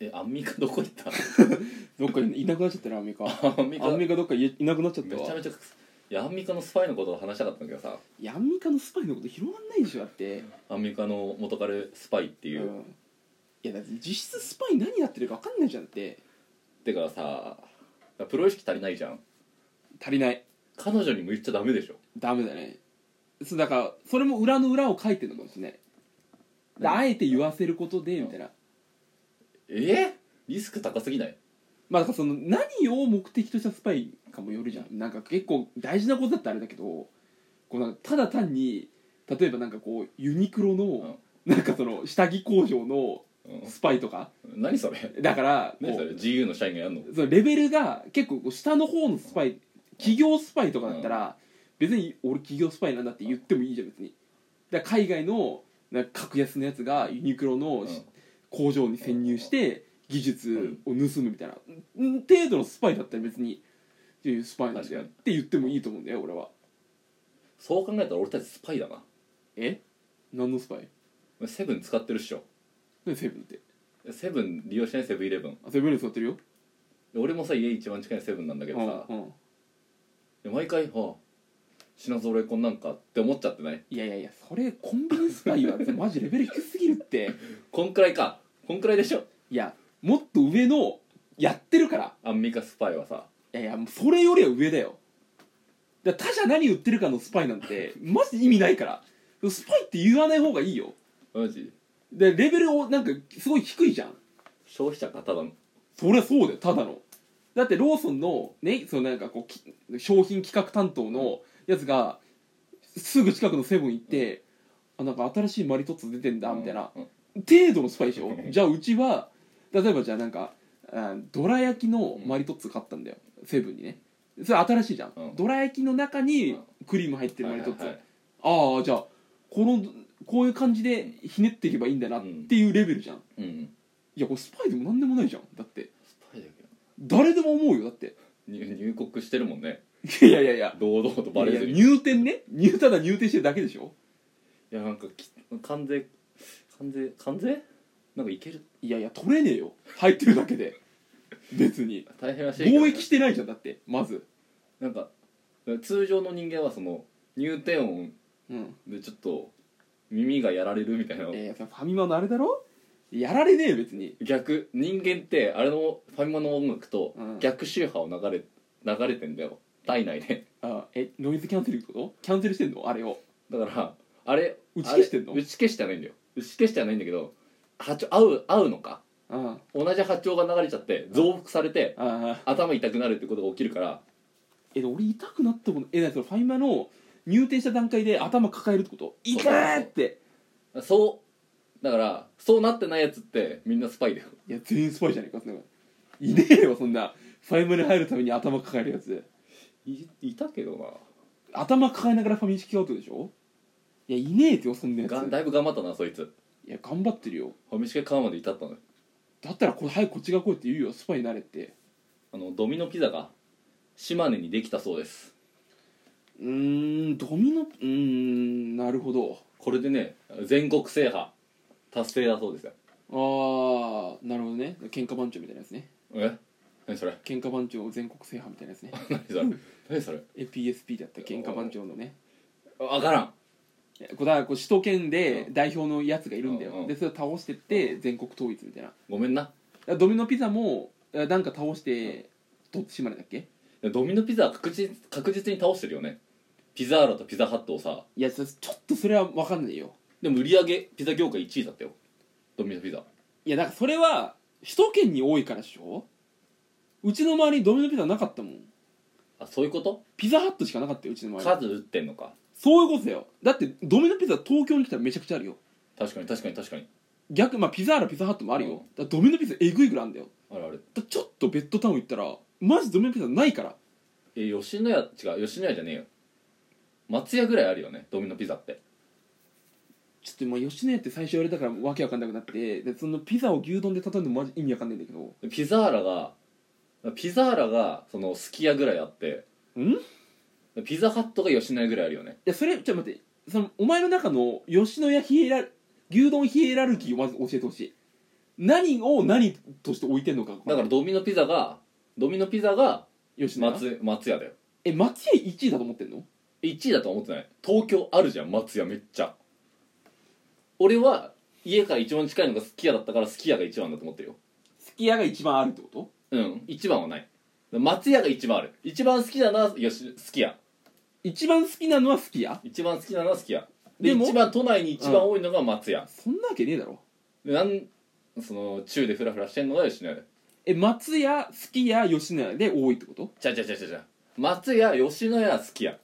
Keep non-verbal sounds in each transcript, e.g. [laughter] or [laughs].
えアンミカどこ行ったどっかいなくなっちゃったらアンミカアンミカアンミカどっかいいなくなっちゃっめたちゃわめちゃくいやアンミカのスパイのことを話したかったんだけどさいやアンミカのスパイのこと広まんないでしょだって、アンミカの元彼スパイってういう、ん、いやだって実質スパイ何やってるか分かんないじゃんだっててかさプロ意識足りないじゃん足りない彼女にも言っちゃダメでしょダメだねそうだからそれも裏の裏を書いてるのかもしれないでうんあえて言わせることでうんみたいなえリスク高すぎないまあだからその何を目的としたスパイかもよるじゃんなんか結構大事なことだったらあれだけどこうなんかただ単に例えばなんかこうユニクロのなんかその下着工場のうんスパイとか何それだからこ何それ GU の社員がやんのうそのレベルが結構こう下の方のスパイ企業スパイとかだったら別に俺企業スパイなんだって言ってもいいじゃん別にだから海外のなんか格安のやつがユニクロのうん工場に潜入して技術を盗むみたいな、うん程度のスパイだったら別にいやいやスパイなんだよって言ってもいいと思うんだよ俺はそう考えたら俺たちスパイだなえ何のスパイセブン使ってるっしょ何セブンってセブン利用してないセブンイレブンあセブンに座ってるよ俺もさ家一番近いセブンなんだけどさ、うんうんで毎回はあ品揃えこんなんかって思っちゃってないいやいやいやそれコンビニスパイはマジレベル低すぎるってこんくらいかこんくらいでしょいやもっと上のやってるからアンミカスパイはさいやいやもうそれよりは上だよだから他社何売ってるかのスパイなんてマジで意味ないからスパイって言わない方がいいよマジでレベルをなんかすごい低いじゃん消費者かただのそりゃそうだよただのだってローソンのねそのなんかこうき商品企画担当のやつがすぐ近くのセブン行って、あなんか新しいマリトッツォ出てんだみたいな、うん程度のスパイでしょ [laughs] うんじゃあうちは例えばじゃあなんかあどら焼きのマリトッツォ買ったんだよセブンにねそれ新しいじゃん、うんどら焼きの中にクリーム入ってるマリトッツォ、はいはいはいああじゃあこのこういう感じでひねっていけばいいんだなっていうレベルじゃん、うんうんいやこれスパイでも何でもないじゃんだってスパイだけど誰でも思うよだって入入国してるもんねいやいやいや堂々とバレずにいや入店ね入ただ入店してるだけでしょいやなんかき関税関税関税なんかいけるいやいや取れねえよ入ってるだけで別に大変らしいけど貿易してないじゃんだってまずなんか通常の人間はその入店音うんでちょっと耳がやられるみたいなえー、それファミマのあれだろやられねえよ別に逆人間ってあれのファミマの音楽とうん逆周波を流れ流れてんだよ体内であえノイズキャンセルってことキャンセルしてんのあれをだからあれ打ち消してんのあれ打ち消してはないんだよ打ち消してはないんだけど波長合う合うのかあ同じ波長が流れちゃって増幅されてああ頭痛くなるってことが起きるからえ俺痛くなったものえなにそのファミマの入店した段階で頭抱えるってこと痛ーってそうだからそうなってないやつってみんなスパイだよいや全員スパイじゃねえかそんなのいねえよそんなファミマに入るために頭抱えるやついいたけどな頭抱えながらファミチキ買うってことでしょいやいねえってよそんなやつがだいぶ頑張ったなそいついや頑張ってるよファミチキ買うまで至ったのよだったらこれ早くこっちが来いって言うよスパイになれってあのドミノピザが島根にできたそうですうーんドミノうーんなるほどこれでね全国制覇達成だそうですよああなるほどね喧嘩番長みたいなやつねえ何それ [laughs] 喧嘩番長全国制覇みたいなやつね何それ何それ APSP だった喧嘩番長のね分からんいやこうだからこう首都圏でうん代表のやつがいるんだよ、うんうんでそれを倒してって全国統一みたいなだかごめんならドミノピザもえなんか倒して取ってしまれだっけドミノピザは確実確実に倒してるよねピザーラとピザハットをさいやそちょっとそれは分かんないよでも売り上げピザ業界1位だったよドミノピザいやだからそれは首都圏に多いからでしょうちの周りにドミノピザなかったもんあそういうことピザハットしかなかったようちの周数り打ってんのかそういうことだよだってドミノピザ東京に来たらめちゃくちゃあるよ確かに確かに確かに逆まあピザーラピザハットもあるよ、うんだからドミノピザえぐいぐらいあるんだよあるあるだからちょっとベッドタウン行ったらマジドミノピザないからえ吉野家違う吉野家じゃねえよ松屋ぐらいあるよねドミノピザってちょっとまあ吉野家って最初言われたからわけわかんなくなってでそのピザを牛丼で例えるのマジ意味わかんないんだけどでピザーラがピザーラがそのすき家ぐらいあってんいでピザハットが吉野家ぐらいあるよねやそれちょっと待ってそのお前の中の吉野家ヒエラ牛丼ヒエラルキーをまず教えてほしい何を何として置いてんのかだからドミノピザがドミノピザが吉野家松松屋だよえ松屋1位だと思ってんの1位だとは思ってない東京あるじゃん松屋めっちゃ俺は家から一番近いのがすき家だったからすき家が一番だと思ってるよすき家が一番あるってことうん一番はない松屋が一番ある一番好きなのはよしすき家一番好きなのはすき家一番好きなのはすき家ででも一番都内に一番多いのが松屋、そんなわけねえだろでなんその中でフラフラしてんのが吉野家でえ松屋すき家吉野家で多いってことちゃちゃちゃちゃちゃ松屋吉野家すき家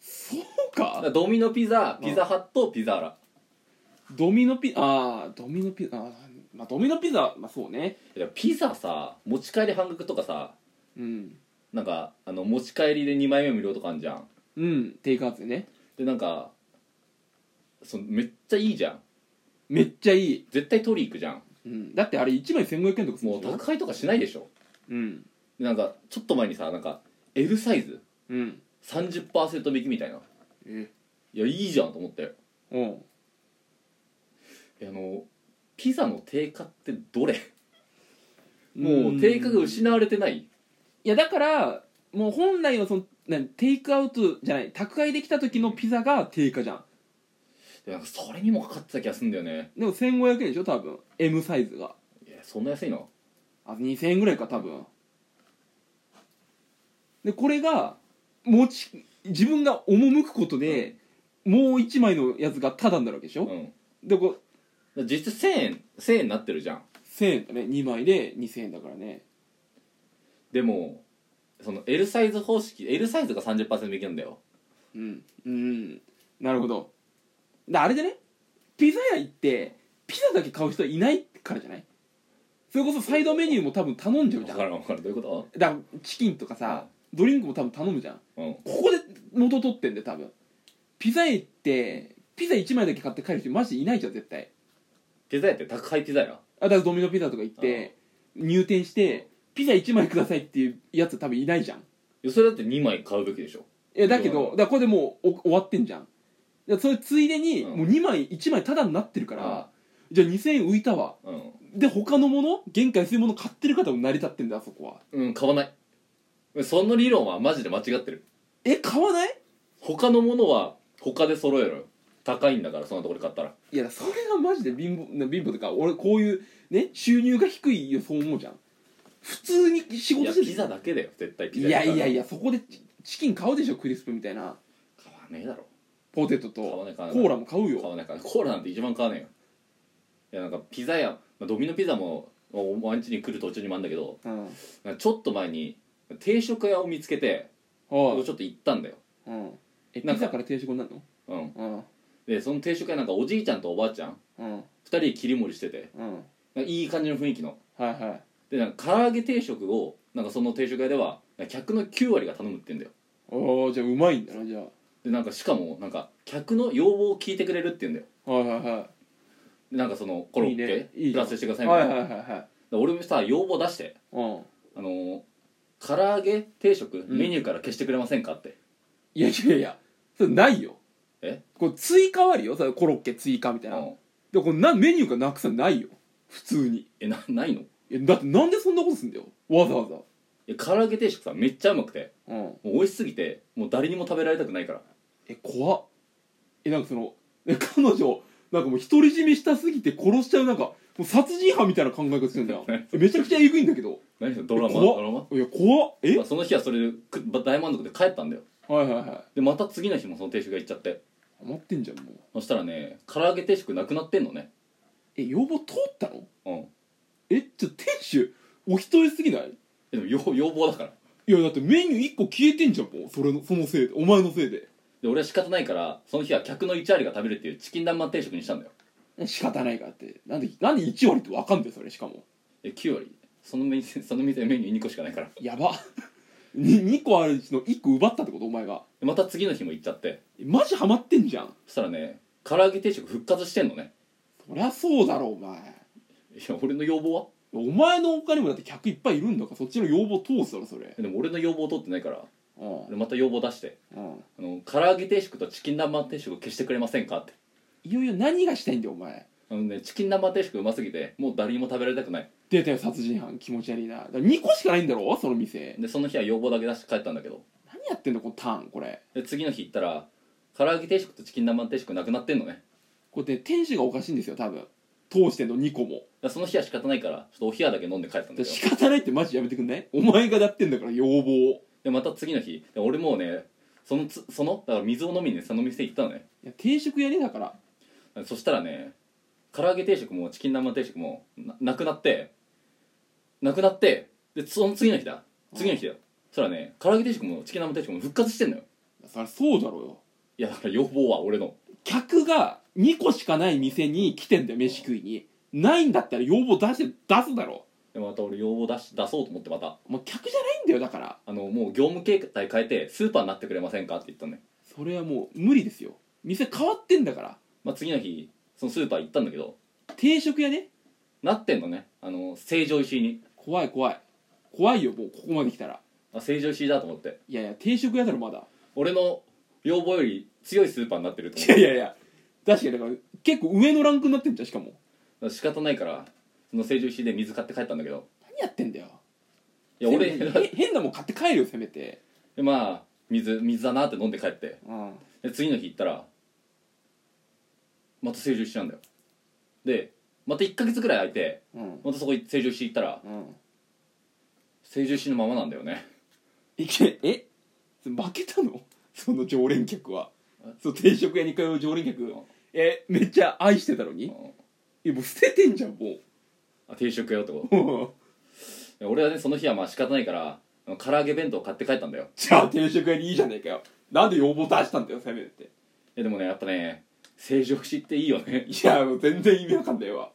そうだかからドミノピザうんピザハットピザーラドミノピああドミノピザあーまあドミノピザまあそうねいやピザさ持ち帰り半額とかさうんなんかあの持ち帰りで2枚目無料とかあんじゃんうんテイクアウトでねでなんかそのめっちゃいいじゃんめっちゃいい、絶対取り行くじゃんうん、だってあれ1枚1500円とかするもうでしょ宅配とかしないでしょうんでなんかちょっと前にさなんか L サイズうん30%引きみたいなえいやいいじゃんと思ってうんあのピザの定価ってどれもう定価がうん失われてないいやだからもう本来のその何テイクアウトじゃない宅配できた時のピザが定価じゃんでなんかそれにもかかってた気がするんだよねでも1500円でしょ多分 M サイズがいやそんな安いのあ2000円ぐらいか多分でこれが持ち自分が赴くことで、もう1枚のやつがタダになるわけでしうょ、んでこうだ実質1000円1000円になってるじゃん1000円だね2枚で2000円だからねでもその L サイズ方式 L サイズが30%引きなんだようんうんなるほどだあれでねピザ屋行ってピザだけ買う人はいないからじゃないそれこそサイドメニューも多分頼んじゃう分じゃんかだからん分かるどういうこらチキンとかさドリンクも多分頼むじゃんとうんここで元取ってんで多分ピザ屋行ってピザ1枚だけ買って帰る人マジいないじゃん絶対ピザ屋って宅配ピザやあだからドミノピザとか行って入店してピザ1枚くださいっていうやつ多分いないじゃんいやそれだって2枚買うべきでしょいやだけうんどだからこれでもうお終わってんじゃんだからそれついでにうんもう2枚1枚タダになってるから、じゃあ2000円浮いたわうん、で他のもの原価安いもの買ってる方も成り立ってんだあそこはうん、買わないその理論はマジで間違ってるえ買わない他のものは他で揃えろよ高いんだからそんなところで買ったらいやそれがマジで貧乏な貧乏とか俺こういうね収入が低いよそう思うじゃん普通に仕い事やしてピザだけだよ絶対ピいザやいやいややそこでチチキン買うでしょクリスプみたいな買わねえだろポテトと買わコない買わないーラも買う買よわないからコーラなんて一番買わねえよいやなんかピザ屋、まあ、ドミノピザもお前ん家に来る途中にもあるんだけどうんなんかちょっと前に定食屋を見つけておいちょっと行ったんだようんえなんピかザから定食になるのうんうんでその定食屋なんかおじいちゃんとおばあちゃんうん2人で切り盛りしててうんなんかいい感じの雰囲気のはいはいでなんか唐揚げ定食をなんかその定食屋ではなんか客の9割が頼むって言うんだよおーじゃあうまいんだなじゃでなんかしかもなんか客の要望を聞いてくれるって言うんだよあはいはいはでなんかそのコロッいいねケいいじゃんプラスしてくださいいみたいはないはいはいはいで俺もさ要望出してうんあのー唐揚げ定食んメニューから消してくれませんかって、いやいやいやそれないよえこれ追加はあるよそれコロッケ追加みたいな、うんでこれなメニューがなくさないよ普通にえなないのいいやだってなんでそんなことすんだよわざわざや唐揚げ定食さめっちゃうまくてうんもう美味しすぎてもう誰にも食べられたくないからえ怖っえなんかそのえ彼女なんかもう独り占めしたすぎて殺しちゃうなんかもう殺人犯みたいな考え方してんだ [laughs] よえめちゃくちゃえぐいんだけど何それドラマえ怖っドラマ、いや怖っえまあ、その日はそれでくば大満足で帰ったんだよはいはいはでまた次の日もその定食が行っちゃってい余ってんじゃんもうそしたらね唐揚げ定食なくなってんのねえ要望通ったのうんえちょ店主お一人すぎないえでも要要望だからいやだってメニュー1個消えてんじゃんもうそれのそのせいでお前のせいでで俺は仕方ないからその日は客の1割が食べるっていうチキン南蛮定食にしたんだよ仕方ないからってなんでなんで1割ってわかんだよそれしかもえ9割そのメニューその店 [laughs] のメニュー2個しかないからやば [laughs] に2個あるうちの1個奪ったってことお前がでまた次の日も行っちゃってえマジハマってんじゃんそしたらね唐揚げ定食復活してんのねそりゃそうだろお前いや俺の要望はお前の他にもだって客いっぱいいるんだからそっちの要望通すだろそれえでも俺の要望取ってないからうんでまた要望出してうんあの唐揚げ定食とチキン南蛮定食消してくれませんかっていよいよ何がしたいんだよお前あのねチキン生定食うますぎてもう誰にも食べられたくない出たよ殺人犯気持ち悪いなだから2個しかないんだろその店でその日は要望だけ出して帰ったんだけど何やってんのこのターンこれで次の日行ったら唐揚げ定食とチキン生定食なくなってんのねこれね店主がおかしいんですよ多分通してんの2個もだからその日は仕方ないからちょっとお冷やだけ飲んで帰ったんだけど仕方ないってマジやめてくんないお前がだってんだから要望をでまた次の日で俺もうねそのつそのだから水を飲みにねその店行ったのねいや定食やりだからそしたらね唐揚げ定食もチキン生定食もななくなってなくなってでその次の日だ次の日だよそしたらね唐揚げ定食もチキン生定食も復活してんのよそりゃそうだろうよいやだから要望は俺の客が2個しかない店に来てんだよ飯食いにないんだったら要望出して出すだろでまた俺要望出し出そうと思ってまたもう客じゃないんだよだからあのもう業務形態変えてスーパーになってくれませんかって言ったのね、それはもう無理ですよ店変わってんだからまあ、次の日そのスーパー行ったんだけど定食屋ねなってんのねあの成城石井に怖い怖い怖いよもうここまで来たらあ成城石井だと思っていやいや定食屋だろまだ [laughs] 俺の要望より強いスーパーになってるとい [laughs] 思やいやいや確かにだから結構上のランクになってんじゃんしかもう仕方ないからその成城石井で水買って帰ったんだけど何やってんだよいや俺 [laughs] せめてへ変なもん買って帰るよせめてでまあ水水だなって飲んで帰ってうんで次の日行ったらまた成城石井なんだよでまた1ヶ月ぐらい空いてうんまたそこ成城石井行ったらうん成城石井のままなんだよねいけえ負けたのその常連客はその定食屋に通う常連客えめっちゃ愛してたのにいやもう捨ててんじゃんもあ定食屋ってこう [laughs] と俺はねその日はまあ仕方ないからあの唐揚げ弁当買って帰ったんだよじゃあ定食屋にいいじゃねえかよなんで要望出したんだよせめていやでもねやっぱね成城石井っていいよねいやもう全然意味わかんないわ